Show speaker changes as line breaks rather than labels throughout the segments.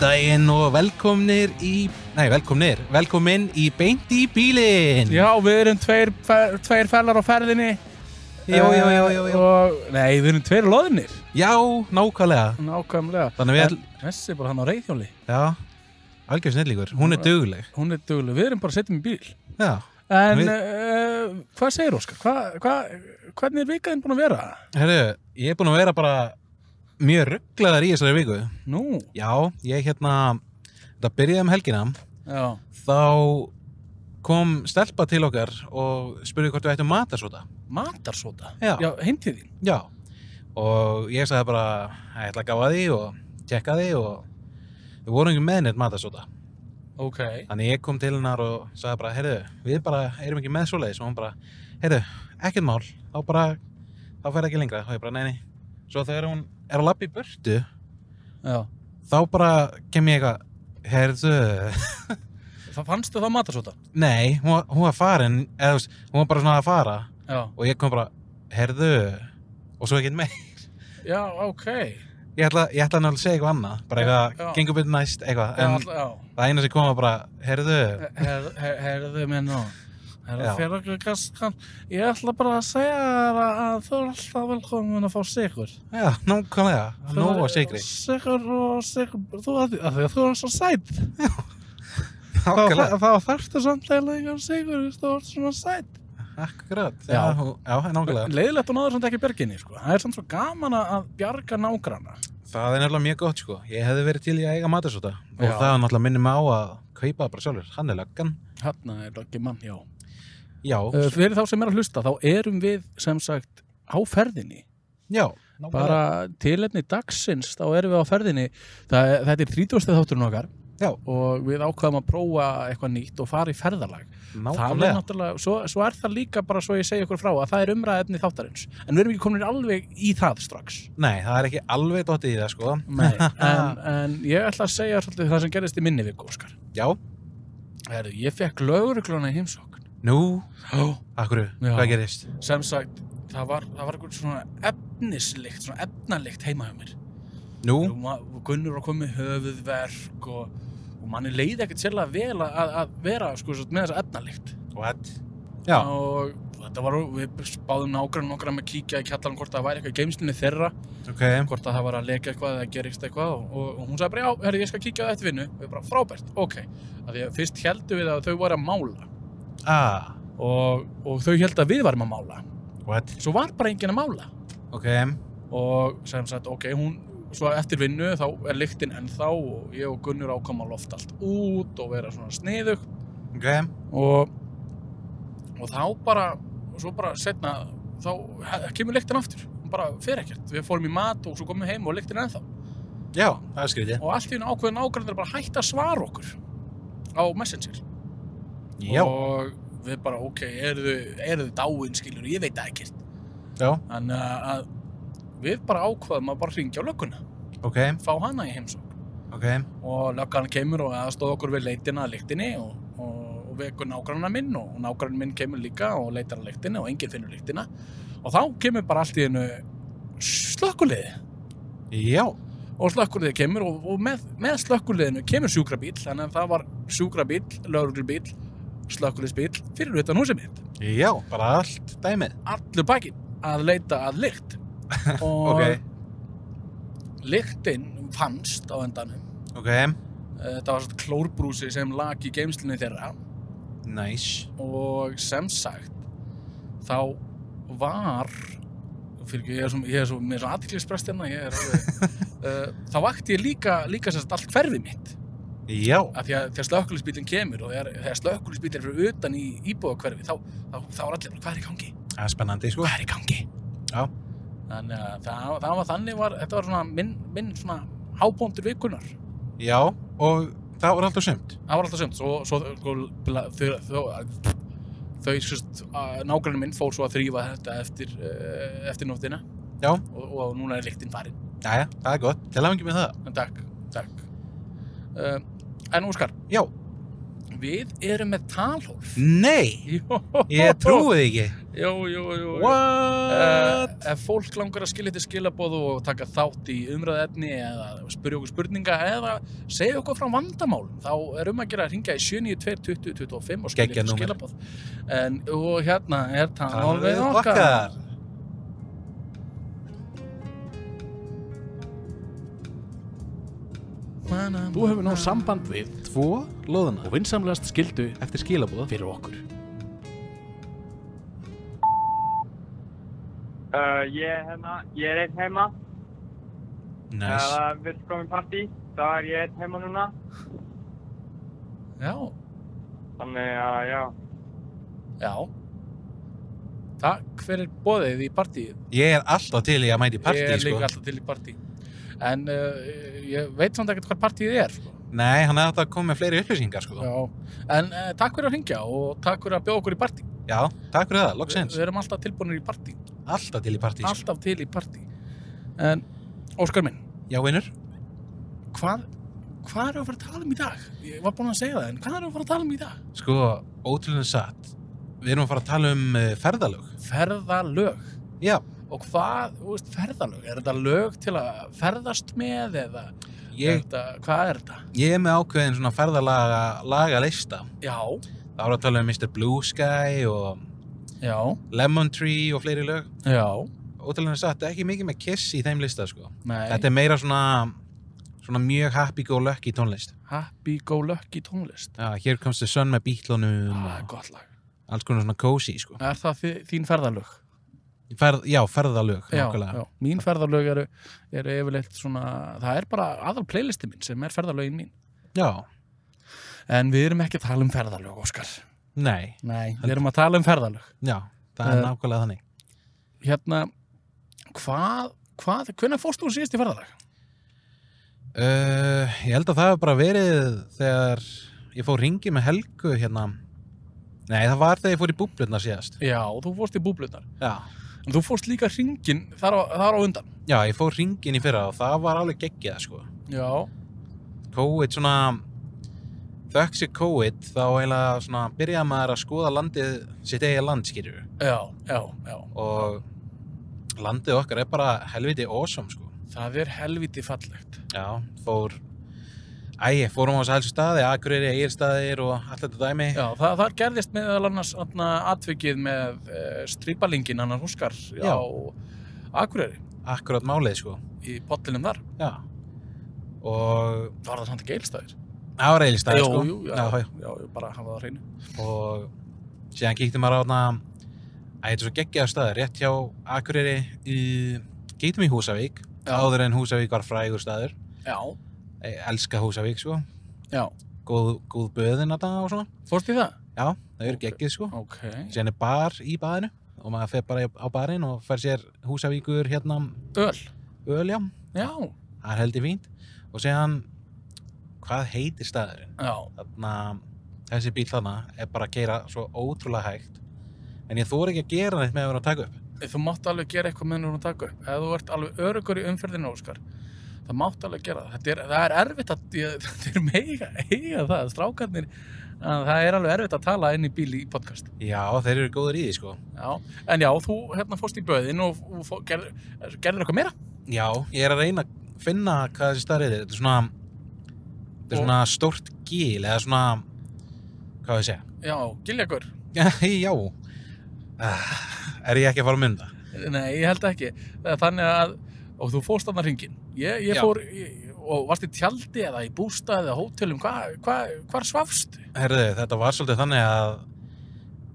daginn og velkomnir í, nei velkomnir, velkomin í Beint í bílinn.
Já, við erum tveir, fer, tveir fellar á ferðinni Eh,
já, já, já, já, já.
Og, Nei, við erum tveir loðinir
Já, nákvæmlega.
Nákvæmlega
Þannig við
En
ætlum-
Messi er bara hann á reyðhjóli
Já, algjör snillíkur, hún er dugleg.
Hún er duglu, við erum bara að setja í bíl
Já,
En
Við-
við... hvað segir Óskar? Hva, hva, hvernig er vikaðin búin að vera?
herru, ég er búin að vera bara mjög rugglaðar í þessari viku.
Nú,
Já, ég hérna, þetta byrjaði um helgina,
já,
þá kom stelpa til okkar og spurði hvort við ættum matarsóta.
matarsóta
Já.
já heim til þín
Já, og ég sagði bara að ég ætla að gáða því og tjekka því og við vorum ekki með neitt matasóta.
Ok
Þannig ég kom til hennar og sagði bara, heyrðu, við bara erum ekki með svoleiðis og hún bara, heyrðu, ekkert mál, þá bara, þá fer ekki lengra. Og ég bara, nei, nei. Svo þegar hún er að lappa í burtu,
Já,
þá bara kem ég eitthvað, heyrðu,
það fannstu það matarsóta?
nei, hún, var- hún var farin, eða þú veist, hún var bara svona að fara
Já,
og ég kom bara, heyrðu, og svo ekkert meir.
já, ok
Ég ætla, ég ætla náttúrulega að segja eitthvað annað, bara
Já, já.
eitthvað, gengur byrju næst, eitthvað,
Já,
en
all- já.
það eina sem kom var bara, heyrðu,
Her- her- Herðu mér nú
Hérna. Já.
Herðu fyrir okkur gaskan Ég ætla bara að segja þér að að þú er alltaf velkomin að fá sigur
já, nákvæmlega, nóg og sigri.
Sigur og sigur Þú að því að þú er svo sætt
Nákvæmlega,
Þá þá þarftu samt eiginlega engan sigur veist, Þú ert svona sætt
akkurat, já,
Já.
hú- já, nákvæmlega.
Leðilegt og náður samt ekki berginni sko. Það er samt svo gaman að- að bjarga nágrana
Það er náttúrulega mjög gott, sko. Ég hefði verið til í að eiga matarsóta og
Já.
það náttúrulega minnir mig á að kaupa það bara sjálfur, hann er löggan.
Hanna Hérna er ekki mann, já
Já,
Uh, Fyrir þá sem er að hlusta, þá erum við sem sagt á ferðinni
já, nákvæmlega.
bara tilefni dagsins þá erum við á ferðinni það, þetta er 30. þátturinn okkar
Já.
og við ákvaðum að prófa eitthvað nýtt og fara í ferðalag það er
nákvæmlega,
náttúrulega, svo, svo er það líka bara svo ég segi ykkur frá að það er umræðefni þáttarins en við erum ekki komin alveg í það strax
nei, það er ekki alveg dottið í það, sko.
Nei, en, en ég ætla að segja svolítið það sem gerist í minni viku Óskar
Já,
Heru, ég fekk lögurgluna í heimsókn
nú,
oh.
akkur,
Já.
hvað gerist?
sem sagt, það var, það var eitthvað svona efnislikt, svona efnalikt heima hjá mér
Nú,
og ma- og Gunnur var komið höfuðverk og, og manni leiði ekkert sérlega vel að- að, að vera sko, svo- með þessa efnalikt
what? Já,
og þetta var, við báðum nágrann nokkra með kíkja í kjallan hvort það væri eitthvað í geimslinni þeirra
ok,
hvort að það var að leika eitthvað eða gerist eitthvað og, og, og hún sagði bara já, herri, ég skal kíkja á þetta vinnu og ég bara frábært, ok af því að fyrst heldum við að þau voru að mála
ah,
og, og þau held að við varum að mála
what?
svo var bara enginn að mála
Ok,
og sem sagt, ok, hún svo eftir vinnu þá er lyktin ennþá og ég og Gunnur ákama loft allt út og vera svona sniðug
ok,
og, og þá bara og svo bara setna þá he- kemur lyktin aftur, hún bara fer ekkert við fórum í mat og svo komum við heim og lyktin er ennþá
já, það er skrítið.
og allt í hennu ákveðin ágrandir bara hætt að svara okkur á Messenger
Já,
og við bara, ok, eru þau, eru þau dáin skilur, ég veit það ekkert
já,
þannig að- að við bara ákvaðum að bara hringja á lögguna
ok,
fá hana í heimsókn
ok,
og löggan kemur og aðstóð okkur við leitina að lyktinni og, og, og vekur nágranna minn og nágrann minn kemur líka og leitar að lyktinni og enginn finnur lyktina og þá kemur bara allt í hennu slökkuliði
já,
og slökkuliði kemur og, og með, með slökkuliðinu kemur sjúkrabíl þannig að það var sjúkrabíl, lögreglubíl slökkuliðsbíl fyrir utan húsið mitt
já, bara allt dæmið.
allur bakinn að leita að lykt og
Ok,
lyktin fannst á endanum
ok,
Eh, þetta var svona klórbrúsi sem lag í geimslinni þeirra
nice,
og sem sagt þá var fyrir ekki, ég er svo, ég er svo með svona aðtiklisprest hérna, ég er alveg uh, þá vakti ég líka, líka sérst allt hverfi mitt
já,
af því að þegar slökkulisbílinn kemur og þegar, þegar slökkulisbílinn er fyrir utan í íbúðakverfi þá, þá, þá er allir bara, hvað er í gangi?
það er spennandi, sko.
Hvað er í gangi?
Já.
Þannig að það, það var þannig var, þetta var svona minn, minn svona hábóndur vikunar
Já, og það var allt og sumt.
það var alltaf sumt svo, svo sko, bla- þau, þau, þau sérst, nágrannin minn fór svo að þrýfa þetta eftir, eh, eftir nóttina
Já.
og, og núna er lyktin farin
Jæja, það er gott, til að ekki með það.
en takk, takk. Uh, en Óskar,
Já,
við erum með talhólf
nei,
Jó.
ég trúið ekki.
Jú, jú, jú, jú.
What?
Eh, ef fólk langar að skilja þetta skilabóð og taka þátt í umræðefni eða spyrja okkur spurninga eða segja okkur frá vandamál þá er um að gera að ringja í 792-2025 og skilja
Geggjað
þetta
númer.
skilabóð en, og hérna er
Talið
það við okkar
Þú hefur náð samband við
Tvo
og
loðuna
vinsamlegast skildu
eftir skilabóð.
fyrir okkur.
Uh, ég er heima, ég er einn heima,
Næs.
það er fullkomin partí, það er ég einn heima núna,
Já,
þannig að já,
já Það, hver er bóðið í partíu?
Ég er alltaf til í að mæti partí,
Ég er
sko.
líka alltaf til í partí En uh, ég veit samt ekkert hvað partíið er sko.
Nei, hann hefði átt að koma með fleiri upplýsingar, sko. Já,
Já, en uh, takk fyrir að hringja og takk fyrir að bjóða okkur í partí
takk fyrir það,
Við
loksins.
við erum alltaf tilbúinir í partí
Alltaf til í partí, sko.
Alltaf til í partí En, Óskar minn,
Já, vinnur.
hvað Hvað erum við að fara að tala um í dag? Ég var búinn að segja það, en hvað erum við að fara að tala um í dag?
Sko, ótrúlega satt. Við erum að fara að tala um eh, ferðalög.
Ferðalög
Já,
Og hvað, þú veist, ferðalög? Er þetta lög til að ferðast með eða er
ég,
þetta, Hvað er þetta?
ég er með ákveðin svona ferðalaga laga lista.
Já,
Það voru að tala um Mr. Blue Sky og
já,
Lemon Tree og fleiri lög.
já
Ótrúlega satt, ekki mikið með Kiss í þeim lista, sko.
Nei,
Þetta er meira svona, svona mjög happy-go-lucky tónlist.
happy-go-lucky tónlist
Já, Here Comes the Sun með bítlunum
Það er
og
gott lag
alls konar svona cozy, sko.
Er það þi- þín ferðalög?
Ferð, já, ferðalög, nákvæmlega.
já, mín ferðalög eru, eru yfirleitt svona, það er bara aðal playlisti mín sem er ferðalögin mín
Já,
en við erum ekki að tala um ferðalög, Óskar
nei,
Nei, við erum að tala um ferðalög
já, það er
Eh.
nákvæmlega þannig.
Hérna, hvað, hvað hvernig fórst þú síðast í ferðalög?
Uh, ég held að það hef bara verið þegar ég fór ringi með Helgu hérna. Nei, það var þegar ég fór í búblutna síðast.
Já, þú fórst í búblunar
Já,
en þú fórst líka hringin þar á, þar á undan
já ég fór ringin í fyrra og það var alveg geggjað, sko.
Já,
COVID svona, þökk sér COVID þá eiginlega svona byrjaði maður að skoða landið, sitt eigið land, skýrjum
já, já, já
Og landið okkar er bara helviti awesome, sko.
það er helviti fallegt
Já, fór Æ, fórum á þessu helstu staði, Akureyri, Egilstaðir og allt þetta dæmi
Já, það, það gerðist meðal annars atna, atvikið með e, strípalingin annar húskar
Já.
á Akureyri
Akkurat málið, sko
í potlinum þar
Já Og
var það samt ekki eilstæðir
það var Egilstaðir, sko
jú, já, já,
já,
já, bara hafa það á hreinu
já Og síðan kíktum maður á þarna Æ, þetta er svo geggjaður staður, rétt hjá Akureyri í... Kíktum í Húsavík
Já.
Áður en Húsavík var frægur staður
já,
Ég elska Húsavík, sko
já,
Góð, góð böðin að það og svona
fórst í það?
Já, það eru
Ok.
geggið, sko
ok,
Síðan er bar í baðinu og maður fer bara í- á barinn og fær sér Húsavíkur hérna
öl
öl, já,
já,
það er heldur fínt og síðan, hvað heitir staðurinn?
já,
Þarna, þessi bíl þarna er bara að keira svo ótrúlega hægt en ég þóri ekki að gera neitt með að vera að taka upp
þú mátt alveg gera eitthvað með núna að taka upp ef þú ert alveg örugur í umferðinu Óskar það mátt alveg gera það Þetta er, það er erfitt að ég- þeir mega eiga það, strákarnir að það er alveg erfitt að tala inn í bíl í podcast
Já, þeir eru góður í því, sko
já, en já, þú hérna fórst í böðin og, og fó, gerðir, gerðir eitthvað meira
Já, ég er að reyna að finna hvað þessi staður er þetta er svona þetta er
Og-
svona stórt gil eða svona, hvað á ég að segja
já, giljagur
Já, Ah, er ég ekki að fara að mynda?
Nei, ég held ekki. Það er Þannig að, og þú fórst þarna hringin. Ég, ég
Já.
fór, ég, og varst í tjaldi eða í bústað eða hótelum, hva, hva, hvar svafst?
Herðu, þetta var svolítið þannig að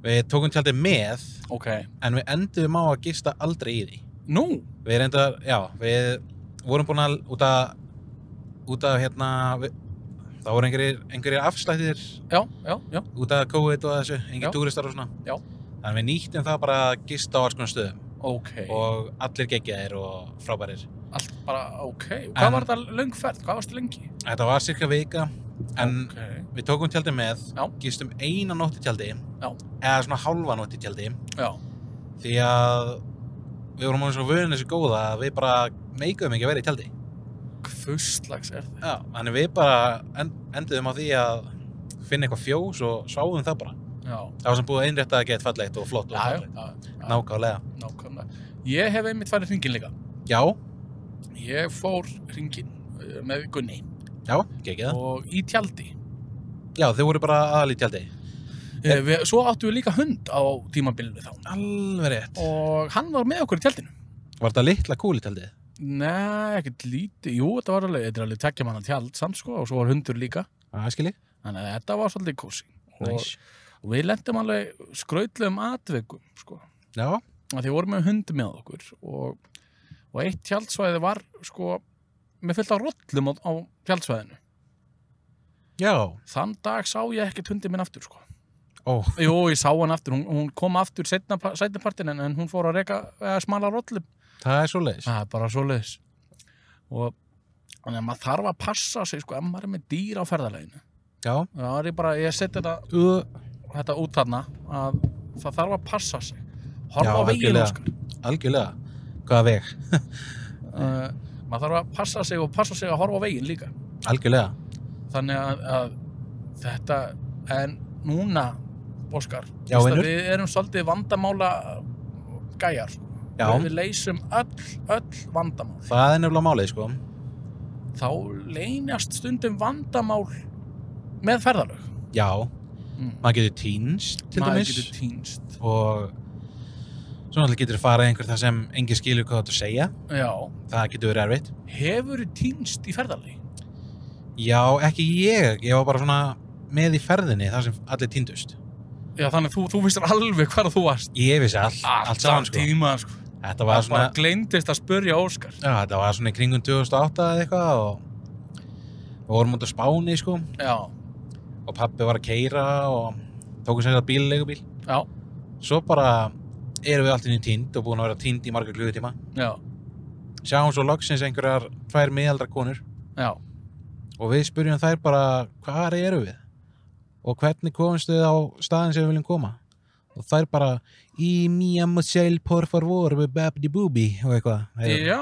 við tókum tjaldið með
Ok.
en við endum á að gista aldrei í því.
Nú?
Við reyndar, já, við vorum búin að út að, út að hérna, við, það voru einhverjir, einhverjir afslættir
Já, já, já,
út af COVID og þessu,
Já.
engin túristar og svona.
Já.
Þannig við nýttum það bara að gista á alls konar stöðum
ok.
og allir geggjaðir og frábærir.
Allt bara, ok. Hvað
En-
var þetta löng ferð? Hvað varst lengi?
Þetta var cirka vika, en
Ok.
við tókum tjaldið með,
Já.
gistum eina nótt í tjaldi,
Já.
eða svona hálfa nótt í tjaldi,
Já,
því að við vorum alveg svo vöðin þessu góða að við bara meikuðum ekki að vera í tjaldi.
hvurslags er það?
Já, þannig við bara en, enduðum á því að finna eitthvað fjós og sváðum það bara.
já,
Það var sem búið að innrétta að geta fallegt og flott og
já,
fallegt.
já, já.
Nákvæmlega.
nákvæmlega. Ég hef einmitt farið hringin líka.
Já,
Ég fór hringin með Gunni
já, gekk það.
og í tjaldi.
Já, þau voru bara aðal í tjaldi.
Eh, Við, svo áttum við líka hund á tímabilinu þá.
Alveg rétt.
Og hann var með okkur í tjaldinu.
Var þetta litla kúli tjaldið?
Nei, ekkert lítið. Jú, þetta var alveg, þetta er alveg tekja manna tjald samt sko og svo var hundur líka.
Það skil ég.
Þannig að þetta var svolítið kósi. Og,
Næs.
og við lendum alveg skrautlegum atveikum sko.
Já,
Af Því við vorum með hund með okkur og, og eitt tjaldsvæði var sko með fullt af rollum á, á tjaldsvæðinu.
já,
Þann dag sá ég ekkert hundi minn aftur sko.
ó,
Jú, ég sá hann aftur, hún, hún kom aftur setnapartin en, en hún fór að reka að smala rollum.
það er svo leiðis.
Það er bara svo leiðis. Og þannig að maður þarf að passa sig sko, ef maður er með dýr á ferðarleginu.
Já,
þá er ég bara, ég seti þetta,
uh,
þetta út þarna að það þarf að passa sig. Horfa
Já,
á veginn, sko.
algjörlega.
Óskar.
algjörlega. Hvaða veg?
Uh, maður þarf að passa sig og passa sig að horfa á veginn líka.
Algjörlega.
Þannig að, að þetta, en núna, Óskar,
Já,
veist að
vinur.
við erum svolítið vandamála gæjar. sko.
Já,
Við leysum öll, öll vandamál.
það er nefnilega málið, sko.
Þá leynast stundum vandamál með ferðalög.
Já,
Mm.
maður getur týnst, til
maður
dæmis.
getur týnst
Og svo náttúrulega getur farið einhver þar sem enginn skilur hvað þú ert að segja.
já,
Það getur verið erfitt.
hefur týnst í ferðalagi
Já, ekki ég. Ég var bara svona með í ferðinni þar sem allir týndust.
já, þannig að þú, þú vissir alveg hvar þú varst
Ég vissi all, allt saman, sko.
tíma, sko.
Þetta
það
var svona,
bara gleymdist að spurja Óskar
já, þetta var svona í kringum 2008 eða eitthvað og við vorum út á Spáni, sko.
já,
Og pappi var að keira og tókum sér að bíl, leigubíl.
já,
Svo bara erum við allt inn í týnd og búin að vera týnd í marga klugutíma.
já,
Sjáum svo loksins einhverjar tvær miðaldra konur
já
og við spurjum þær bara hvað eru við og hvernig komumst við á staðin sem við viljum koma og þær bara í mía musel por favor babdi búbi og eitthvað Þær-
já,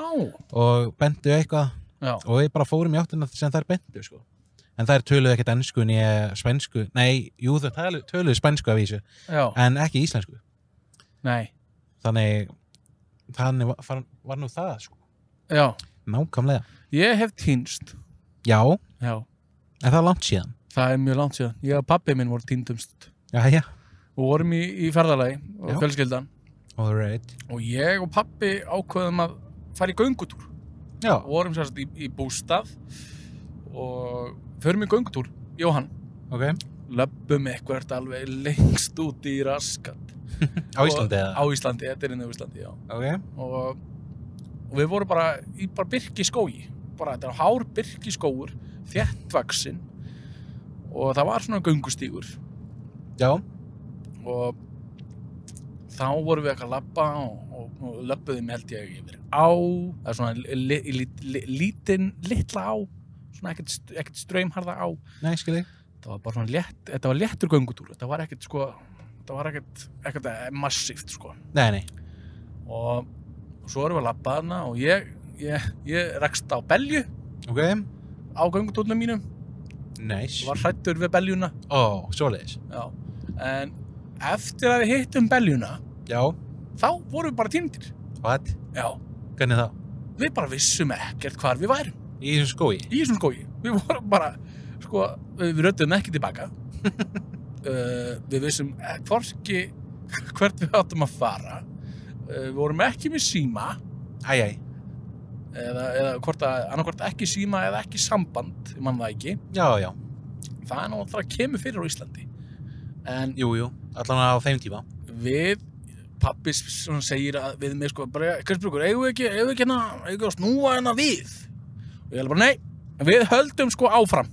og bentu eitthvað
já,
og við bara fórum í áttina sem þær bentu sko. en þær töluðu ekkert ennsku nýja spænsku, nei, jú þau töluðu, töluðu spænsku af þessu,
já,
en ekki íslensku
nei
þannig þannig var- var, var nú það sko.
já,
nákvæmlega,
ég hef týnst
já,
já,
en það er langt síðan
það er mjög langt síðan ég og pappi minn voru týndumst
já, já,
og vorum í, í ferðalagi
Já.
og fjölskyldan
all right
og ég og pappi ákveðum að fara í göngutúr
já,
vorum sérst í, í bústað og förum í göngutúr Jóhann,
ok,
löppum eitthvað alveg lengst út í raskat
á Íslandi
og, á
eða
Íslandi, þetta er inn á Íslandi, já
ok,
og, og við vorum bara í bara birki skói bara þetta er hár birki skóur þéttvaksin og það var svona göngustígur
já,
og þá vorum við eitthvað að labba og, og, og löppuðum held ég yfir á það er svona li, li, li, li, lítin litla á svona ekkert, st- ekkert ströymharða á
nei, skil ég
það var bara svona létt, þetta var léttur göngutúr þetta var ekkert sko þetta var ekkert, ekkert massíft sko
nei, nei,
og svo erum við að labba þarna og ég, ég, ég rekst á belju
ok,
á göngutúrnum mínum
nice
var hrættur við beljuna
ó, svoleiðis,
já. en eftir að við hittum beljuna
já,
þá vorum við bara týndir
what,
já,
hvernig þá
við bara vissum ekkert hvar við værum
í þessum skói,
í þessum skógi við vorum bara, sko, við röddum ekki tilbaka uh, við vissum e- hvorki hvert við áttum að fara uh, við vorum ekki með síma
æj, æj
eða, eða hvort að, annarkvort ekki síma eða ekki samband, ég man það ekki
já, já,
það er náttúrulega kemur fyrir á Íslandi en
jú, jú, allan á þeim tíma
við pappi svona segir að við með sko bara, Kristbjörgur, eigum við ekki, eigum við ekki hérna, eigum við að snúa hérna við og ég er bara, nei, við höldum sko áfram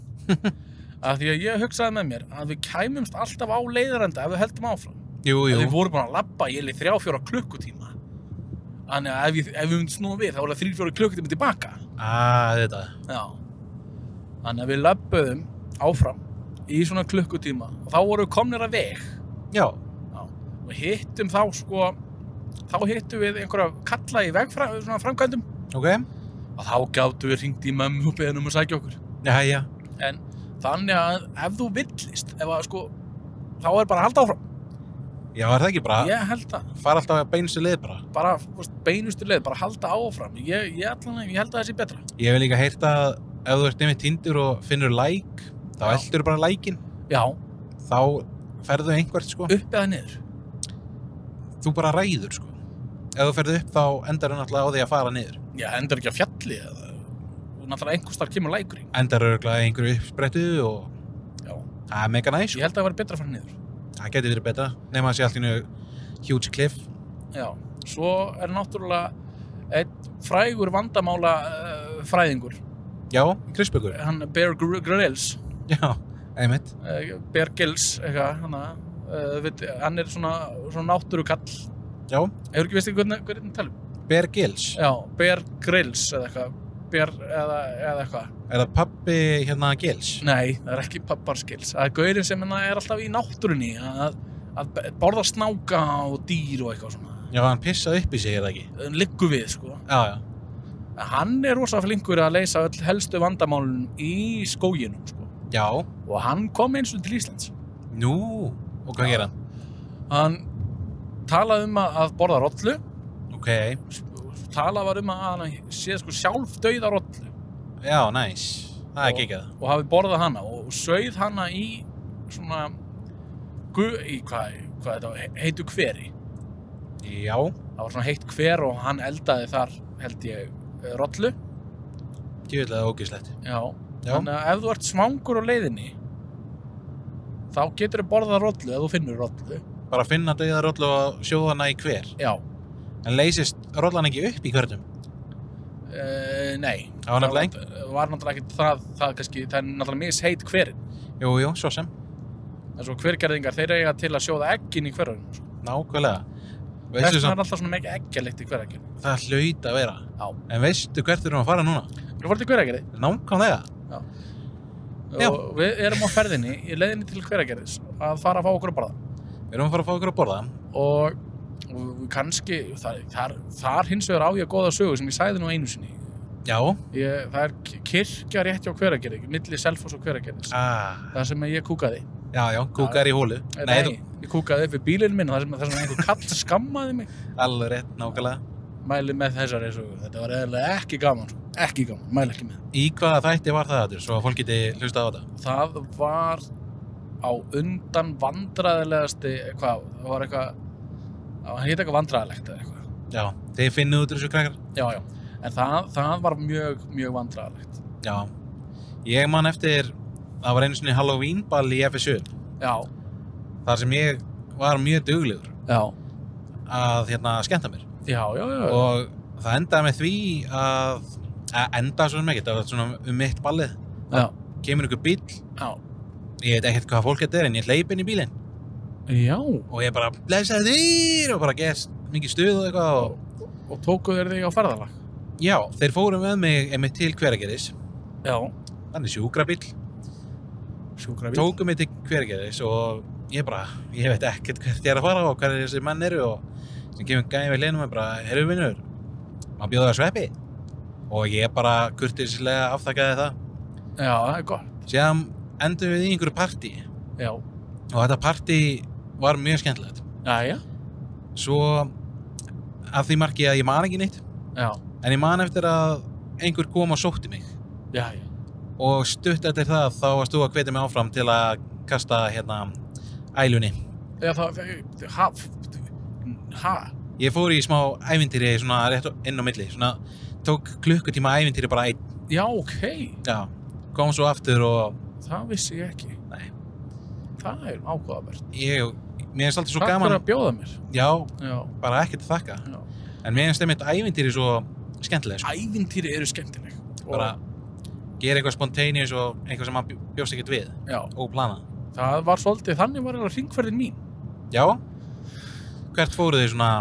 af því að ég hugsaði með mér að við kæmumst alltaf á leiðarenda ef við höldum áfram
jú,
að
jú,
við vorum búin að labba, ég leið þrjá fjóra klukkutíma þannig að ef við, ef við myndum snúa við þá voru það þrjá fjóra klukkutíma tilbaka
að Ah, þetta
Já. þannig að við labbuðum áfram í svona klukkutíma og þá vorum við komnir að veg
já,
og hittum þá sko þá hittum við einhverja kalla í vegfram, svona framkvæmdum
ok,
og þá gáttu við hringt í mömmu og beðin um að sækja okkur
já, já
en þannig að ef þú villist ef að sko þá er bara að halda áfram.
Já, er það ekki bara?
Ég held að,
Fara alltaf að beinsu leið bara.
bara þú veist, beinustu leið, bara halda áfram. Ég, ég, allan, ég held að það sé betra.
Ég hef líka heyrt að ef þú ert nefnir tindur og finnur læk, þá
Já.
eldur bara lækin.
Já,
Þá ferðu einhvert, sko.
upp eða niður.
Þú bara ræður, sko. Ef þú ferðu upp, þá endar þú náttúrulega á því að fara niður.
Já, endur ekki á fjalli eða, og náttúrulega einhvers þar kemur lækurinn.
Endar örgulega einhverju uppsprettu og...
Já.
Það er mega næs,
Ég
sko.
held að það væri betra að fara niður.
Það geti verið betra. Nefn að sé allt í njög huge cliff.
Já, svo er náttúrulega einn frægur vandamála uh, fræðingur,
Já, Krispjögur.
hann Bear Gr- Grylls,
Já, einmitt.
uh, Bear Grylls, eitthvað, hann að, uh, veit, hann er svona, svona náttúrukall.
Já.
Hefur ekki veist ekki hvernig, hvernig um? talum?
Bear Grylls.
Já, Bear Grylls eða eitthvað, Bear eða, eða eitthvað.
Er það pappi hérna Grylls?
Nei, það er ekki papparskils. Það er gaurinn sem hérna er alltaf í náttúrunni að, að borða snáka og dýr og eitthvað svona.
Já, hann pissaði upp í sig, er það ekki?
Hann liggur við, sko.
Já, já.
Hann er rosa flinkur að leysa öll helstu vandamálun í skóginum, sko.
Já.
Og hann kom eins og til Íslands.
Nú, og hvað
Já.
gera hann?
Hann talaði um að að borða rollu,
Ok,
talaði var um að hann sé sko sjálf dauða rollu
já, næs. Það er
Og-
ekki ekki það.
og hafi borðað hana og sögð hana í svona, gu, í hvað, hvað þetta var, he- heitu hveri.
Já,
það var svona heitt hver og hann eldaði þar held ég eh, rollu
djúvillega ógislegt.
já.
Já.
þannig að ef þú ert svangur á leiðinni þá getur þú borðað rollu ef þú finnur rollu
Bara finna döiða roll og sjóða hana í hver.
já,
En leysist rollan ekki upp í hverjum?
e, nei
Það var nefnilega
það var náttúrulega ekkert það, það kannski, það er náttúrulega mis heitt hverin
Jú, jú, svo sem.
en svo hvergerðingar, þeir eiga til að sjóða ekkin í sko. hverjum
Nákvæmlega.
þess
Veistu
vegna
sem,
er alltaf svona mikið ekkjalegt í hverjum
það hlaut að vera.
Já.
En veistu hvert við erum að fara núna?
við vorum til hverjargerði
Nákvæmlega. Já.
og við erum á ferðinni í leiðinni til hverjargerðis að fara að fá okkur að borða
Við erum að fara að fá okkur að borða.
og, og kannski þar, þar, þar hins vegar á ég góða sögu sem ég sæði nú einu sinni
Já.
ég, það er ki- kirkja rétt hjá hveragerði milli Selfoss og hveragerðis
Ah.
það sem ég kúkaði
Já, já, kúkar í hólu.
Eh,
Nei,
Nei, ég kúkaði upp í bílinn minn þar sem, þar sem einhver kall skammaði mig
þú, alveg rétt, nákvæmlega.
mæli með þessari sögu þetta var eðlilega ekki gaman sko. ekki gaman, mæli ekki með
Í hvaða þætti var það þetta, svo að fólk geti hlustað á þetta?
það var á undan vandræðilegasti hvað, það var eitthvað það hétt eitthvað vandræðilegt eða eitthvað
Já, þið finnið út úr þessu krakkar.
já, já. En það, það var mjög, mjög vandræðilegt.
Já, ég man eftir, það var einu sinni Halloween ball í FSU,
Já,
þar sem ég var mjög duglegur
já,
að hérna skemmta mér.
já, já, já.
Og það endaði með því að, að enda svo mikið, það var svona um mitt ballið.
já,
Kemur ykkur bíl,
já,
ég veit ekkert hvað fólk þetta er, en ég hleyp inn í bílinn
já.
og ég bara blessaði þýr og bara gerst mikið stuð og eitthvað og
Og tóku þeir þig á ferðalag?
já, þeir fóru með mig einmitt til hveragerðis,
Já,
þannig sjúkrabíll
sjúkrabíl.
tóku mig til hvergerðis og ég bara, ég veit ekkert hvert ég er að fara og hver er þessi menn eru og sem kemur gæði við leinu og bara, herru vinnur maður bjóða það sveppi og ég bara kurtislega afþakkaði það
Já, það er gott.
síðan endum við í einhverju partí
Já,
og þetta partí var mjög skemmtilegt
já, já,
svo að því marki að ég man ekki neitt
já,
en ég man eftir að einhver kom og sótti mig
já, já.
og stutt eftir það þá varst þú að hvetja mig áfram til að kasta hérna ælunni
Já, það, það, haf, ha,
Ég fór í smá ævintýri svona rétt inn á milli, svona tók klukkutíma ævintýri bara einn,
já, ok,
já, kom svo aftur og
það vissi ég ekki.
Nei.
Það er ákvaðavert.
ég, mér finnst alltaf svo
Takk
gaman,
fyrir að bjóða mér.
já,
Já,
bara ekkert að þakka,
já.
en mér finnst einmitt ævintýri svo skemmtileg, sko,
Ævintýri eru skemmtileg. Og-
bara gera eitthvað spontaneous og eitthvað sem maður bjó- bjóst ekkert við,
Já,
óplanað.
það var svolítið, þannig var eiginlega hringferðin mín.
Já, hvert fóruð þið svona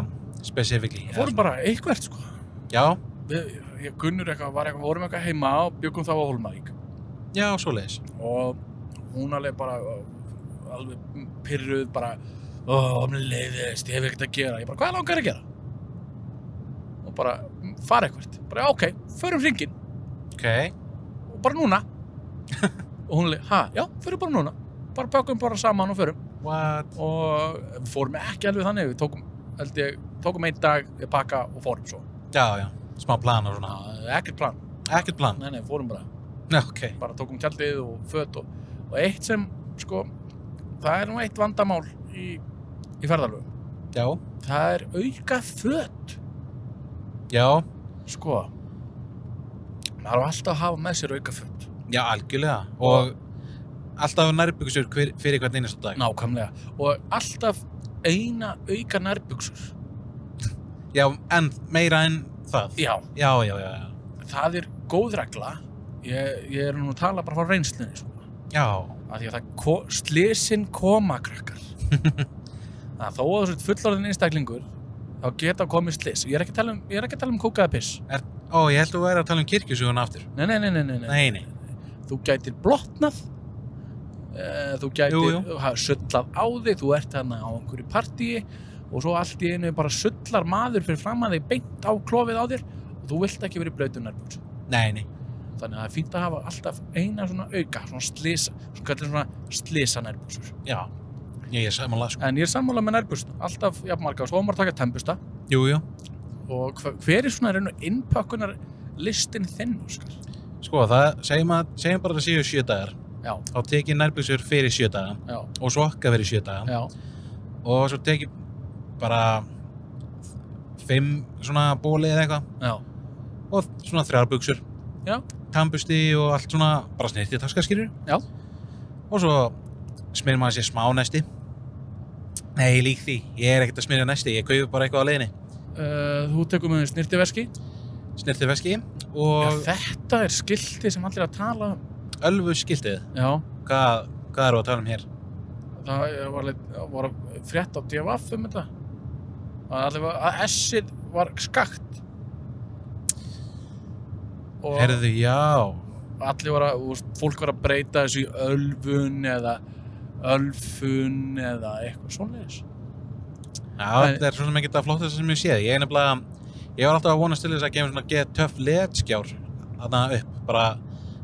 specifically? Eða
Fórum
svona-
bara eitthvert, sko.
Já,
við, ég gunnur eitthvað, var eitthvað, vorum eitthvað heima og byggum þá á Hólmavík
já, svoleiðis,
og hún alveg bara uh, alveg pyrruð bara ó, mér leiðist, ég hef ekkert að gera ég bara, hvað langar að gera? og bara, "Mm, fara eitthvert bara, "Já, ok, förum hringin
ok,
og bara núna og hún alveg, ha, já, förum bara núna bara pakkum bara saman og förum
What?
og við fórum ekki alveg þannig, við tókum, held ég, tókum einn dag við pakka og fórum svo.
Já, já, smá plan og svona.
Það er ekkert plan,
Ekkert plan.
nei, nei, við fórum bara,
Já, ok.
bara tókum tjaldið og föt og, og eitt sem, sko, það er nú eitt vandamál í, í ferðalögum.
Já,
Það er auka föt,
já,
sko. Maður á alltaf að hafa með sér auka föt.
já, algjörlega. Og alltaf nærbyggjusur fyrir hvern einasta dag.
Nákvæmlega. Og alltaf eina auka nærbuksur.
Já, en meira en það.
Já,
Já, já, já, já.
það er góð regla. Ég, ég er nú að tala bara frá reynslinni, sko.
Já,
Af því að það ko slisin koma krakkar. að þó að þú sért fullorðin einstaklingur, þá geta komið slis. Ég er ekki að tala um, ég er ekki að tala um kókaða piss.
ó, ég held að þú væri að tala um kirkjusuguna aftur.
Nei, nei, nei, nei, nei. nei.
Nei, nei.
Þú gætir blotnað. eh, Þú gætir
Jú,
ha- sullað á þig, þú ert þarna á einhverju partíi og svo allt í einu bara sullar maður fyrir fram að þig beint á klófið á þér og þú vilt ekki verið blöytunar.
Nei, nei.
Þannig að það er fínt að hafa alltaf eina svona auka, svona slisa, svona kallir svona slisa nærbúsur.
Já, ég er samanlega sko.
En ég er sammála með nærbust, alltaf jafnmarga, svo maður taka tembusta
Jú, jú.
og hva- hver er svona reynu innpökkunar listin þinn, Óskar?
Sko, það, segjum, að, segjum bara að það séu sjö dagar.
Já,
Þá tek ég nærbyggjusur fyrir sjö daga
já,
og svokka fyrir sjö daga.
já,
Og svo tek ég bara fimm svona bóli eða eitthvað
já,
og svona þrjár buksur.
Já.
Tambusti og allt svona, bara snirtið taskaskýrur.
Já.
Og svo smyrir maður sér smá nesti. Nei, ég lík því. Ég er ekkert að smyrja nesti. Ég kaupi bara eitthvað á leiðinni.
Uh, þú tekur með snirtiverski
Snirtið veski
Já,
og
þetta er skilti sem allir er að tala um
ölvu skiltið.
Já,
Hvað, hvað eru að tala um hér?
það var, leit, var frétt á DFF um þetta að allir var, að S-ið var skakt og
Herðu, já.
allir var að, þú veist, fólk var að breyta þessu í ölfun eða ölfun eða eitthvað svoleiðis
Já,
Nei.
þetta er svona mikið að flóta sem ég séð. Ég er nefnilega, ég var alltaf að vonast til þess að kemur svona get töff letskjár þarna upp, bara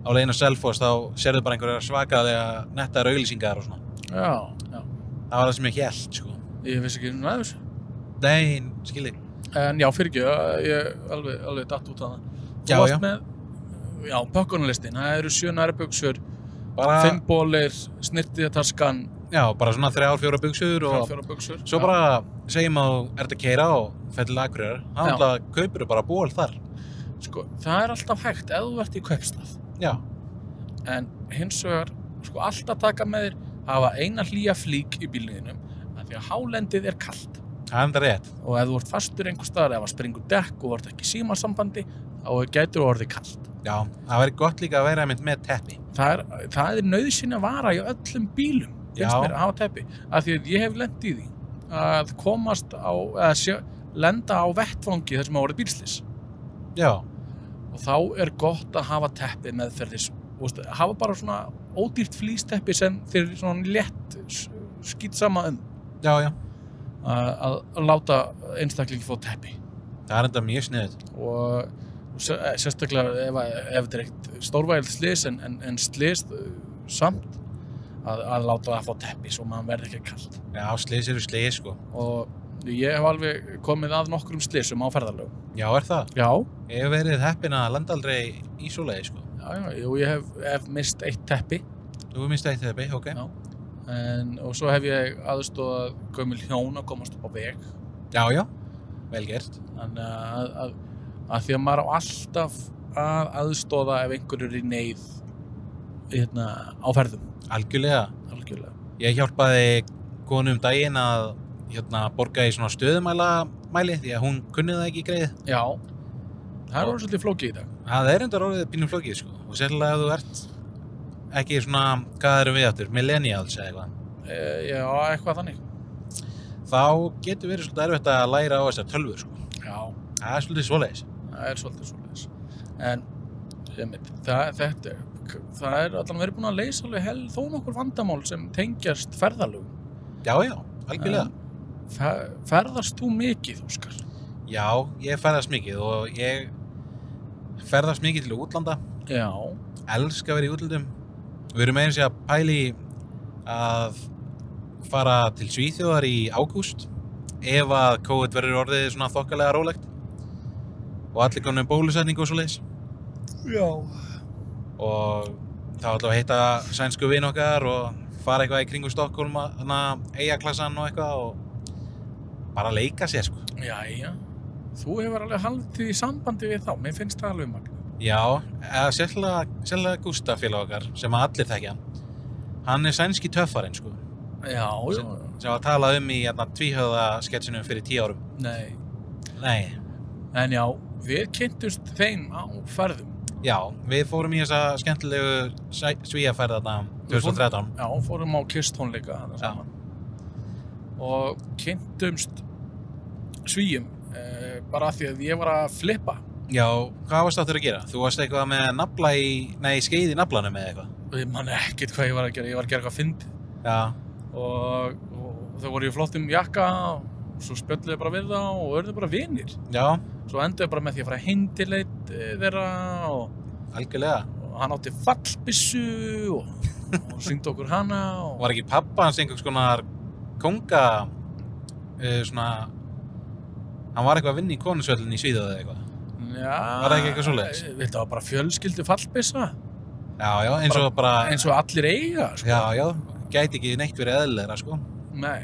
á leiðinu á Selfoss, þá sérðu bara einhverja svakalega nettar auglýsingar og svona.
Já, já,
Það var það sem ég held, sko.
ég vissi ekki svona þessu
Nei, skilji.
En já, fyrir ekki, ég alveg, alveg datt út að það
Já, já.
með, Já, pökkunarlistin, það eru sjö nærbuksur
Bara,
Fimm bólir, snirtiðataskan,
já, bara svona þrjár, fjóra buksur og
fjóra buksur.
svo bara segjum að þú ert að keira og fer til Akureyrar. Þá
Já.
náttúrulega kaupir þú bara ból þar.
Sko, það er alltaf hægt ef þú ert í kaupstað.
Já,
En hins vegar, sko, alltaf taka með þér hafa eina hlýja flík í bílniðinum af því að hálendið er kallt.
það er enda rétt.
Og ef þú ert fastur einhvers staðar, ef að springur dekk og þú ert ekki í símasambandi, þá getur þú orðið kallt.
Já, það væri gott líka að vera mynd með teppi.
Það er, það er nauðsyn að vara í öllum bílum, finnst
Já.
mér, að hafa teppi. Af því að ég hef lent í því að komast á, eða sjö, lenda á vettfangi þar sem að orðið bílslis.
Já,
og þá er gott að hafa teppið meðferðis Vist, hafa bara svona ódýrt flýsteppi sem þeir eru svona létt skýt sama um
já, já.
að, að að láta einstaklingi fá teppi
Það er enda mjög sniðið.
og se- eh, sérstaklega ef, að- ef þetta er ekkert stórvægild slis en, en, en slis eh, samt að, að láta það fá teppi svo maður verði ekki kallt
Já, slis eru slis, sko.
og ég hef alveg komið að nokkrum slisum á ferðarlögum
Já, er það.
já,
Ég hef verið heppin að landa aldrei í svoleiði, sko.
já, já og ég hef, hef mist eitt teppi
Þú hefur minnst eitt teppi, ok?
Já. en, og svo hef ég aðstóða gömul hjón að komast upp á veg
Já, já. Vel gert.
þannig að, að, að því að maður á alltaf að aðstóða ef einhverjur er í neyð hérna, á ferðum
Algjörlega.
algjörlega
Ég hjálpaði konu um daginn að hérna, borga í svona stöðumæla mæli því að hún kunni það ekki greið.
já, það er orðið svolítið flókið í dag
Það er undar orðið pínum flókið, sko. Og sérlega ef þú ert ekki svona, hvað erum við áttur, millennials eða eitthvað.
e, já, eitthvað þannig
Þá getur verið svolítið erfitt að læra á þessar tölvur, sko.
já,
Það er svolítið svoleiðis.
það er svolítið svolítið en einmitt, það, þetta er- það er allan verið búin að leysa alveg hel þó nokkur vandamál sem tengjast ferðalögum
Já, já, algjörlega.
Fer, ferðast þú mikið, Óskar?
Já, ég ferðast mikið og ég ferðast mikið til útlanda,
já
elska að vera í útlandum. Við erum eins og að pæli að fara til Svíþjóðar í ágúst ef að COVID verður orðið svona þokkalega rólegt og allir konum bólusetningu og svo leis
Já.
og þá ætlum við að hitta sænsku vin okkar og fara eitthvað í kringu Stokkólm þannig að eiga klassan og eitthvað og bara leika sér sko
Jæja. Þú hefur alveg haldið í sambandi við þá. Mér finnst það alveg magna.
Já, eða sérlega, sérlega Gustaf félag okkar sem að allir þekkja hann er sænski töffarinn sko
Já, já.
sem var talað um í hérna, tvíhöða sketsunum fyrir tíu árum
Nei.
Nei,
En já, við kynntumst þeim á ferðum.
já, við fórum í þessa skemmtilegu sæ- svíjaferð þarna 2013
Já, fórum á kistónleika þarna
Já.
saman. Og kynntumst svíum eh, bara af því að ég var að flippa.
Já, hvað varst áttur að gera? Þú varst eitthvað með nafla í, nei, skeið í naflanum eða eitthvað
Og Ég man ekkert hvað ég var að gera. Ég var að gera eitthvað fyndið.
Já,
og, og þau voru í flottum jakka og svo spjölluðu bara við þá og urðu bara vinir.
já,
Svo enduðu bara með því að fara hindileit eh, þeirra og,
algjörlega
og hann átti fallbissu og, og syngdi okkur hana og
Var ekki pappa hans einhvers konar konga uh, svona hann var eitthvað að vinna í konusvöllin í Svíðaðu eða eitthvað
já, eh,
Var það ekki eitthvað svoleiðis?
Þetta var bara fjölskyldu fallbissa
Já, já, eins og bara,
eins og allir eiga sko.
já, já gæti ekki neitt verið eðlilegra, sko
Nei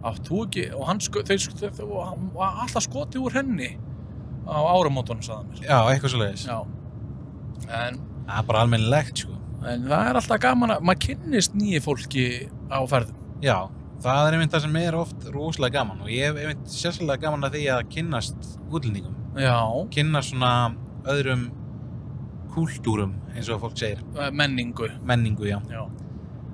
Átt þú ekki og hann sko, þau, sko, þau, og hann var alltaf skotið úr henni á áramótunum sagði hann mér.
Já, eitthvað svoleiðis
Já En
Það er bara almennilegt, sko
En það er alltaf gaman að maður kynnist nýju fólki á ferðum.
Já, það er einmitt það sem er oft rosalega gaman og ég hef einmitt sérstaklega gaman að því að kynnast útlendingum
Já,
kynnast svona öðrum kúltúrum, eins og fólk segir
eh, menningu.
menningu, já
Já.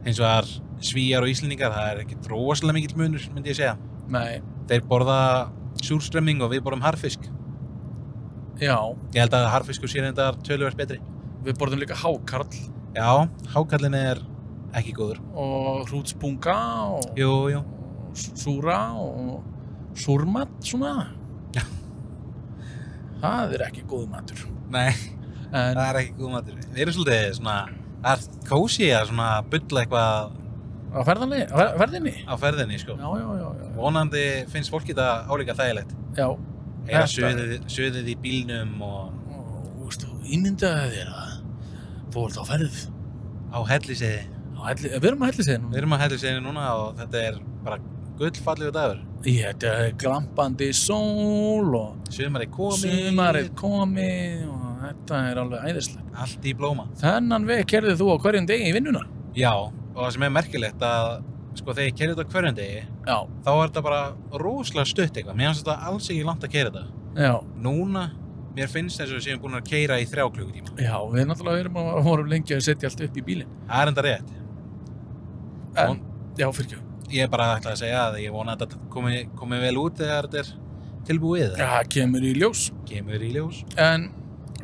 eins og það er svíjar og íslendingar það er ekkert rosalega mikill munur, myndi ég segja
Nei,
Þeir borða súrströmming og við borðum harfisk
já,
Ég held að harfiskur sé þetta töluvert betri
við borðum líka hákarl
Já, hákallin er ekki góður
og hrútspunga og,
Jú, jú
og súra og súrmat svona.
Já.
Það er ekki góð matur.
Nei,
En,
það er ekki góð matur Við erum svolítið svona Það er kósi að svona bulla eitthvað
á ferðinni, á fer- ferðinni?
á ferðinni, sko
Já, já, já, já.
Vonandi finnst fólki þetta álíka þægilegt
Já,
Heyra
Þetta-
suðið, suðið í bílnum og
og þú veist, þú ímyndaði þér að þú ert á ferð.
á helliseiði
Á helli, við erum á helliseginu.
Við erum á helliseiði núna og þetta er bara gullfallegu dagur
Ég þetta er glampandi sól og
Sumari komið
sumarið komið og þetta er alveg æðislegt.
Allt í blóma
Þennan veg kerðið þú á hverjum degi í vinnuna?
Já, og það sem er merkilegt að sko þegar ég kerði þetta á hverjum degi
Já,
þá er þetta bara rosalega stutt eitthvað mér finnst þetta alls ekki langt að keira þetta
já,
núna, mér finnst þess að við séum búin að keira í þrjá klukkutíma
já, við náttúrulega erum að vorum lengi að setja allt upp í bílinn.
það er enda rétt
En, já, fyrir ekki.
ég bara ætla að segja að ég vona að þetta komi, komi vel út þegar þetta er tilbúið
Já, kemur í ljós.
kemur í ljós
En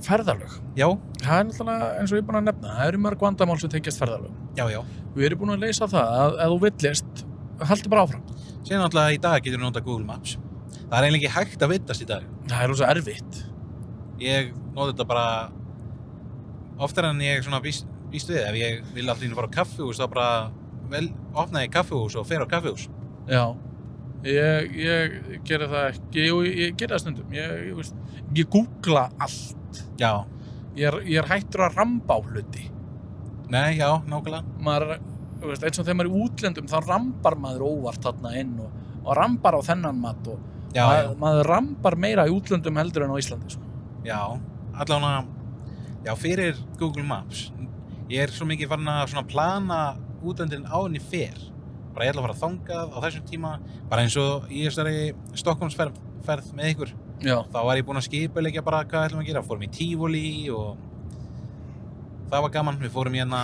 ferðalög,
já,
það er náttúrulega eins og ég er búin að nefna, það eru mörg vandamál sem tengjast ferðalög.
já, já
Við erum búin að leysa það að ef þú villist, haldi bara áfram.
síðan alltaf í dag getur við nota Google Maps það er eiginlega ekki hægt að vitast í dag
Það er rosa erfitt.
ég nota þetta bara oftar en ég svona býst, býst við ef ég vil alltaf inn að fara á kaffihús þá bara vel, opna ég kaffihús og fer á kaffihús
Já, ég, ég gera það ekki, jú, ég, ég gera það stundum, ég, ég veist, ég googla allt,
já,
ég er, ég er hættur að ramba á hluti,
nei, já, nákvæmlega
maður, þú veist, eins og þegar maður er í útlöndum þá rambar maður óvart þarna inn og, og rambar á þennan mat og
já, já.
maður, maður rambar meira í útlöndum heldur en á Íslandi, sko.
Já, allavega, já, fyrir Google Maps, ég er svo mikið farin að svona plana útlöndin á henni fer. Bara ég ætla að fara þangað á þessum tíma, bara eins og í þessari Stokkómsferð ferð með ykkur.
Já,
Þá var ég búinn að skipulegja bara hvað ætlum við að gera, fórum í Tífoli og það var gaman. Við fórum í hérna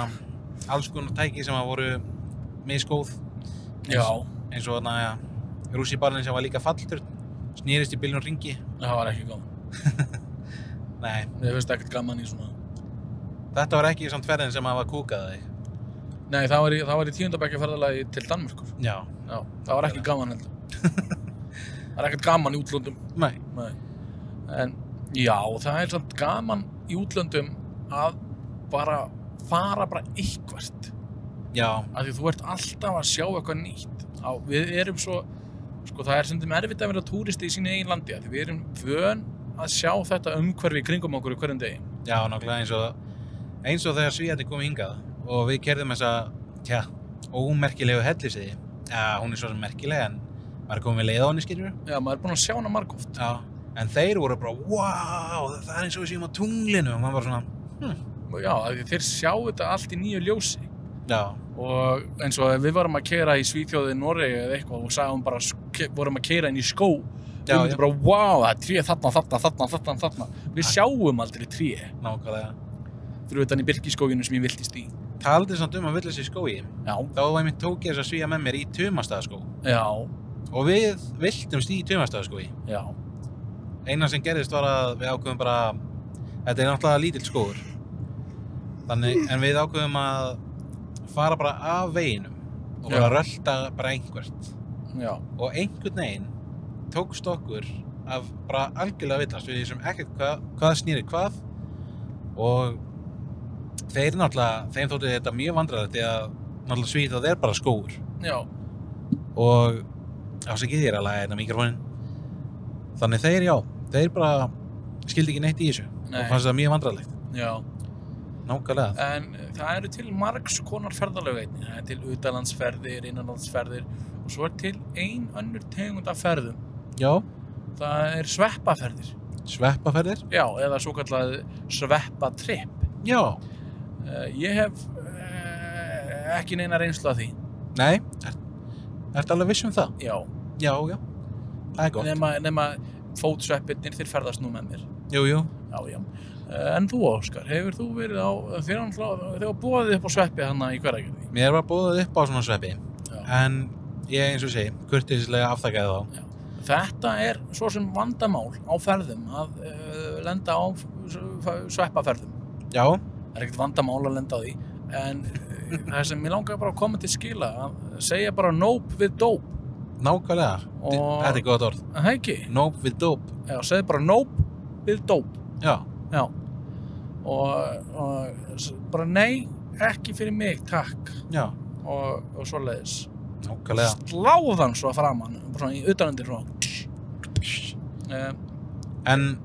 alls konar tæki sem að voru misgóð,
já,
eins og þarna, ja, rússibarnin sem var líka falltur, snýrist í bylnum ringi.
það var ekki gaman,
Nei,
ég veist ekkert gaman í svona,
þetta var ekki samt ferðin sem að var kúkað þig.
nei, það var í, það var í tíundabækja ferðalagi til Danmörkur,
Já,
já, það var ekki gaman heldur, það er ekkert gaman í útlöndum.
nei,
Nei. En já, það er samt gaman í útlöndum að bara fara bara eitthvert.
Já,
af því þú ert alltaf að sjá eitthvað nýtt á, við erum svo sko það er sem þeim erfitt að vera túristi í sínu eigin landi af því við erum vön að sjá þetta umhverfi í kringum okkur í hverjum degi
já, nákvæmlega eins og eins og þegar svíjarnir komu hingað og við kerðum þessa, tja, ómerkilegu hellisegi. Já, hún er svo sem merkileg en maður er komið með leið á henni, skilur
já maður er búin að sjá hana margóft
Já, en þeir voru bara, wow, það er eins og við séum á tunglinu og maður bara svona,
já af því þeir sjá þetta allt í nýju ljósi
já,
og eins og við varum að keira í Svíþjóði Noregi eða eitthvað og sagðum bara sk- vorum að keira inn í skó og
Já,
við
já.
myndum bara, wow, það er tré þarna, þarna, þarna, þarna, þarna við sjáum aldrei tré
nákvæmlega.
fyrir utan í Birkiskóginu sem ég viltist í
Taldi samt um að villast í skói.
já,
Þá var einmitt tók ég þess að svíja með mér í tumastaðaskó.
já,
Og við viltumst í tumastaðaskói.
já
Eina sem gerðist var að við ákveðum bara, þetta er náttúrulega lítill skóur. Þannig, en við ákveðum að fara bara af veginum og bara
Já.
rölda bara einhvert.
já,
Og einhvern veginn tókst okkur að bara algjörlega villast. Við þessum ekkert hvað, hvað snýri hvað og þeir náttúrulega, þeim þótti þetta mjög vandræðilegt því að náttúrulega svíð það er bara skóur.
já
og ásakið ég er að laga hérna mikrofónin þannig þeir já, þeir bara skildi ekki neitt í þessu
Nei.
og fannst það mjög vandrarlegt
Já,
nákvæmlega,
en eh, það eru til margs konar ferðalög einnig. Það er til utalandsferðir, innanlandsferðir og svo er til ein önnur tegund af ferðum.
já,
Það er sveppaferðir.
sveppaferðir
Já, eða svo kallað sveppatripp.
já,
Eh, Ég hef eh, ekki neina reynslu af því.
nei, er, ertu alveg viss um það?
Já,
já, já, það er gott
nema, nema fótsveppirnir þeir ferðast nú með mér.
jú, jú,
Já, já. Eh, En þú, Óskar, hefur þú verið á, þegar hann hlá, þegar búaðið upp á sveppi hana í hverjargerði?
mér var búið upp á svona sveppi
Já.
en ég eins og segi kurtislega afþakkaði þá
Þetta er svo sem vandamál á ferðum að uh, lenda á f- s- sveppaferðum.
já,
Það er ekkert vandamál að lenda á því. En eh, það sem ég langaði bara að koma til skila, að segja bara nóp við dóp.
nákvæmlega
Og-
þetta er gott orð,
Er Það ekki?
nope við dope
Já, segja bara nóp við dóp.
já,
Já. Og, og s- bara nei, ekki fyrir mig, takk.
já,
Og, og svo leiðis.
nákvæmlega
Sláðan svo að framann, bara svona í utanendir svona. Eh,
en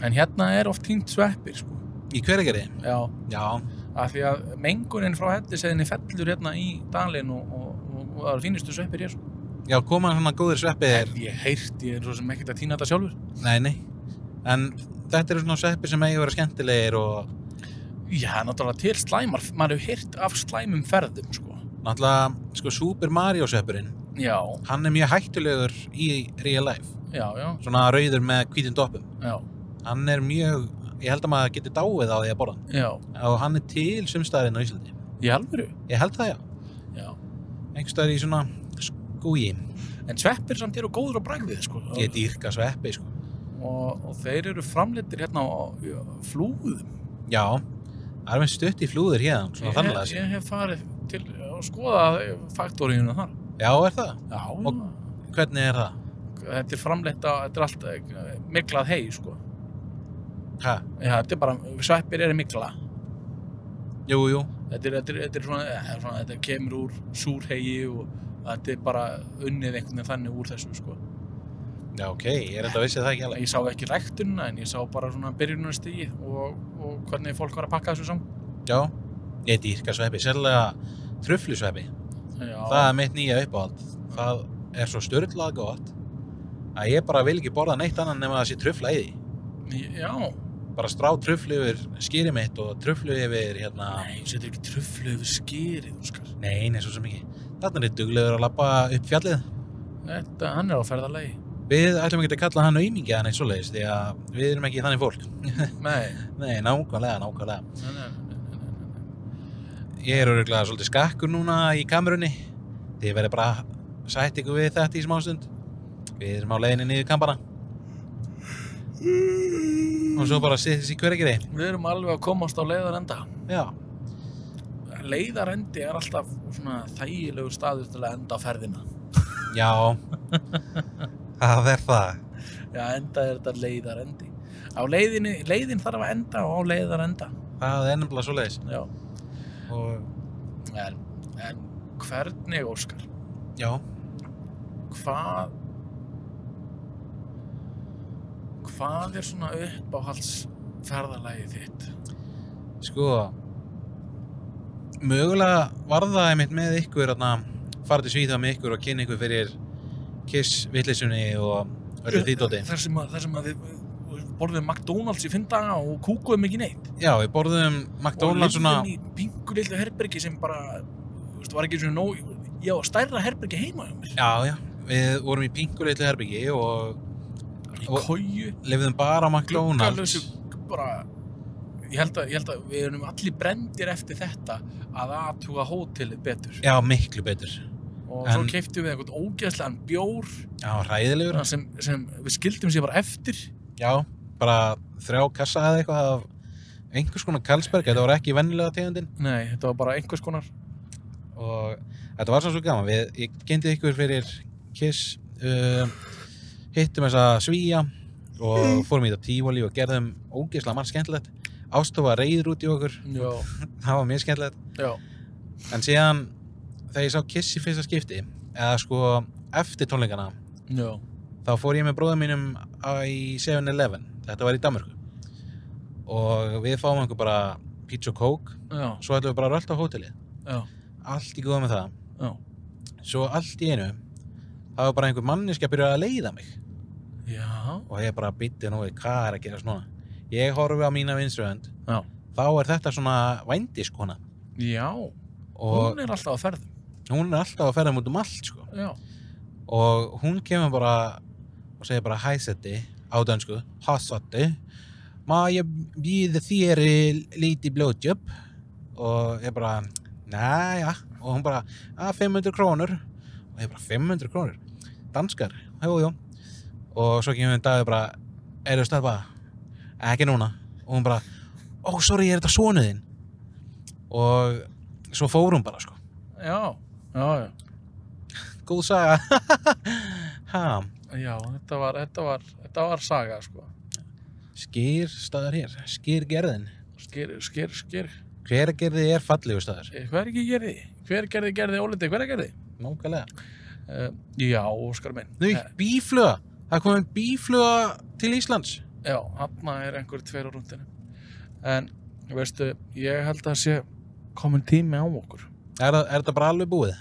En hérna er oft tínt sveppir, sko.
í hverjargeri,
Já.
já,
af því að mengunin frá helliseðinni fellur hérna í dalinn og, og, og, og það eru fínustu sveppir hér sko.
já, koma svona góðir sveppir
ég heyrt, ég er svo sem ekkert að týna þetta sjálfur
Nei, nei. En þetta eru svona sveppir sem eigi að vera skemmtilegir og
já, náttúrulega til slæmar, maður hefur heyrt af slæmum ferðum sko.
náttúrulega, sko, Super Mario sveppurinn,
já,
hann er mjög hættulegur í real life.
já, já,
Svona rauður með hvítum doppum.
já,
Hann er mjög, ég held að maður geti dáið á því að borða hann.
já
Og hann er til sumstaðarinn á Íslandi.
í alvöru
Ég held það, já.
já.
Einhverstaðar í svona skúi.
en sveppir samt eru góður á bragðið sko.
Ég dýrka sveppi, sko.
og, og þeir eru framleittir hérna á já, flúðum
Já, það er með stutt í flúður hérna, svona
ég,
þannig að
ég hef farið til og skoða faktoríuna þar
Já, er það?
já,
Og-
já.
Hvernig er það?
þetta er framleitt á, þetta er allt eh, miklað hei sko.
Hæ?
Já, þetta er bara, sveppir eru mikla
Jú, jú.
þetta er, þetta er, þetta er svona, eh, svona, þetta kemur úr súrhegi og þetta er bara unnið einhvern veginn þannig úr þessu sko.
Já, ok, ég er enda að vissi það ekki alveg.
ég sá ekki ræktunna en ég sá bara svona byrjunarstigi og, og hvernig fólk var að pakka þessu saman
Já, ég dýrka sveppi, sérlega truflusveppi.
Já,
Það er mitt nýja uppáhald. Það er svo störtlað gott að ég bara vil ekki borða neitt annan nema það sé trufla í því.
já
Bara strá truflu yfir skýri mitt og truflu yfir hérna...
nei, þú setur ekki truflu yfir skýrið Óskar.
Nei, nei, svo sem ekki. Þarna er ég duglegur að lappa upp fjallið.
þetta, hann er á ferðalegi
Við ætlum ekki að kalla hann aumingi eða neitt svoleiðis því að við erum ekki þannig fólk.
nei,
Nei, nákvæmlega, nákvæmlega.
nei, nei, nei, nei, nei, nei.
Ég er öruglega svolítið skakkur núna í kamerunni. Þið verður bara að sætt ykkur við þetta í smástund. Við erum á leiðinni niður kampana. Og svo bara sitt þessi hverjegri.
við erum alveg að komast á leiðarenda
Já,
leiðarendi er alltaf svona þægilegu staður til að enda ferðina
já. það er það.
Já, enda er þetta leiðarendi. Á leiðinni, leiðin þarf að enda og á leiðarenda.
Það er nefnilega svo leiðis.
Já.
Og
En En hvernig, Óskar?
Já,
Hvað... Hvað er svona uppáhaldsferðalagið þitt?
sko mögulega var það einmitt með ykkur að fara til Svíþjóð með ykkur og kynna ykkur fyrir kiss villisunni og öllu því dóti.
Þar sem að, þar sem að við við borðum McDonalds í fimm daga og kúkuðum ekki neitt.
Já, við borðum McDonalds
og
svona
lifðum í pingu lillu herbergi sem bara, þú veist, var ekki svona nóg, já, stærra herbergi heima hjá mér.
Já, já, við vorum í pinguleitlu herbyggi og
Í
Og-
kóju,
lifðum bara á McDonalds
gluggalösu, bara, ég held, að, ég held að við erum allir brendir eftir þetta að aðtuga hótelið betur.
Já, miklu betur
og
en-
svo keiptum við einhvern ógeðslegan bjór
Já, hræðilegur
sem, sem við skildum sér bara eftir.
Já, bara þrjá kassa eða eitthvað af einhvers konar Karlsberg, þetta var ekki vennilega tegundin
Nei, þetta var bara einhvers konar,
og þetta var svo svo gaman við, ég gendi ykkur fyrir Kiss uh, hittum þess að svíja og fórum í þetta tífóli og gerðum ógeðslega margt skemmtilegt ástofa reyður út í okkur,
já,
það var mjög skemmtilegt
já,
en síðan þegar ég sá Kiss í fyrsta skipti eða sko eftir tónleikana
já,
þá fór ég með bróðum mínum á- í 7-Eleven, þetta var í Danmörku og við fáum einhver bara pizza og kók,
já,
svo ætlum við bara að rölda á hótelið
já,
allt í góða með það,
já,
svo allt í einu það var bara einhver manniski að byrja að leiða mig
já,
og ég bara bytti nú við hvað er að gera svona ég horfi á mína vinstruhönd
Já.
þá er þetta svona vændiskona
já,
og
hún er alltaf að ferðum,
hún er alltaf að ferða mútum allt sko.
já,
og hún kemur bara og segir bara hæsetti á dansku hæsetti má ég býð þér eh, lítið blótjöp og ég bara næja og hún bara að 500 krónur og ég bara 500 krónur danskar, jú jú og svo kemur hún dagið bara er þú stelpa, ekki núna og hún bara, ó sorry er þetta sonuðinn og svo fór hún bara sko
já, já, já.
góð saga ha
Já, þetta var, þetta var, þetta var saga, sko.
Skýr staðar hér, skýr gerðin.
Skýr, skýr, skýr.
Hver gerði er fallegu staðar?
Hver Eh, ekki gerði? Hver gerði, gerði, ólítið, hver gerði?
Nókalega.
Uh, já, Óskar minn. Eh,
Nú, bífluga. Það komum bífluga til Íslands.
Eh, já, hann er einhver tveir á rúndinu. En, veistu, ég held að sé komin tími á okkur.
Er, það- er þetta bara alveg búið?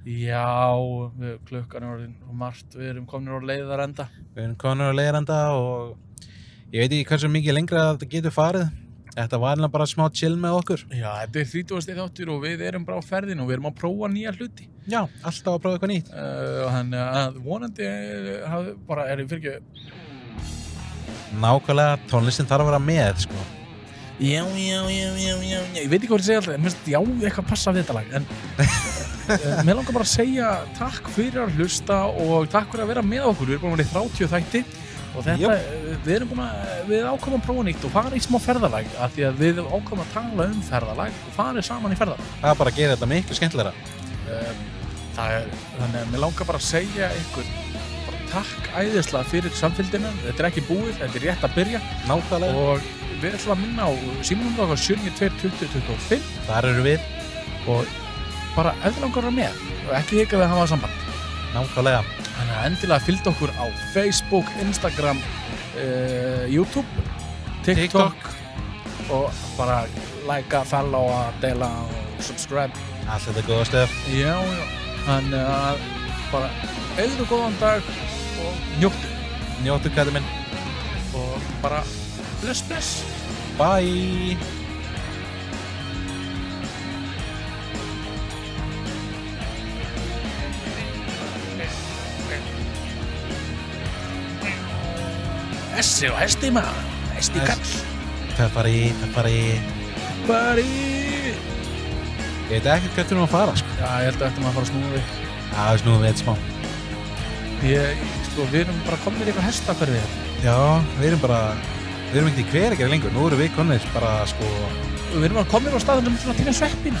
Já, við, klukkan er orðin og margt, við erum komin á leiðar enda.
Við erum konur á leiðranda og ég veit ekki hversu mikið lengra þetta getur farið. Þetta var hérna bara smá chill með okkur.
Já, þetta er 30. þáttur og við erum bara á ferðinu og við erum að prófa nýja hluti.
Já, alltaf að prófa eitthvað nýtt.
Uh, hann, uh, vonandi, eh, hafði bara, erum fyrir ekki,
Nákvæmlega, tónlistin þarf að vera með, sko.
Já, já, já, já, já, já, ég veit ekki hvað ég segja alltaf, en mér finnst já eitthvað passa við þetta lag, en eh, mér langar bara að segja takk fyrir að hlusta og takk fyrir að vera með okkur, við erum búin að vera í 30 þætti og þetta,
Jöp.
eh, við erum búin að, við ákvæmum að prófa nýtt og fara í smá ferðalag, af því að við ákvæmum að tala um ferðalag og fara saman í ferðalag.
Það er bara að gera þetta miklu skemmtilegra.
Um, það er, þannig að mér langar bara að segja ykkur, bara takk æðislega fyrir samfélgina, þetta er ekki búið, þetta er rétt að byrja
Nákvæmlega.
og við ætlum að minna á símanum okkar 722025
Þar eru við,
og bara ef þið langar að vera með og ekki hika við að hafa samband
nákvæmlega.
þannig að endilega fylgd okkur á Facebook, Instagram uh, YouTube TikTok, og bara likea, followa, deila og subscribe
Allt þetta góða stöf.
já, já, þannig að bara eigðu góðan dag og njóttu
Njóttu kæti minn.
og bara bless bless
Bye!
Þessi og hesti maður, hesti
Hest-
kall
Töffari, töffari.
Bari
Ég veit ekki hvernig hún var að fara, sko.
Já, ég held að þetta maður að fara að snúa við
Já, það er snúðum við eitt smá.
Ég, sko, við erum bara komin í eitthvað hestakverfið hérna.
Já, við erum bara, við erum ekkert í hver ekki lengur. Nú erum við konir bara, sko,
Við erum bara komin á staðum svona tína sveppina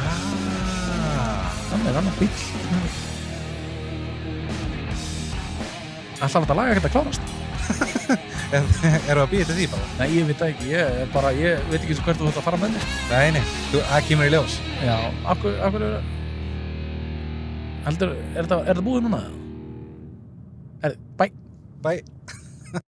aaaah.
Þannig er annar bíl Alltaf þetta laga ekkert að klárast
Er, erum við að býja þetta því bara?
Nei, ég veit það ekki, ég er bara, ég veit ekki eins og hvert þú ætti að fara með mig.
Nei, nei, þú, það kemur í ljós.
Já, af hverju, af hverju, heldur, er þetta, er þetta búið núna? Er, bæ,
Bæ.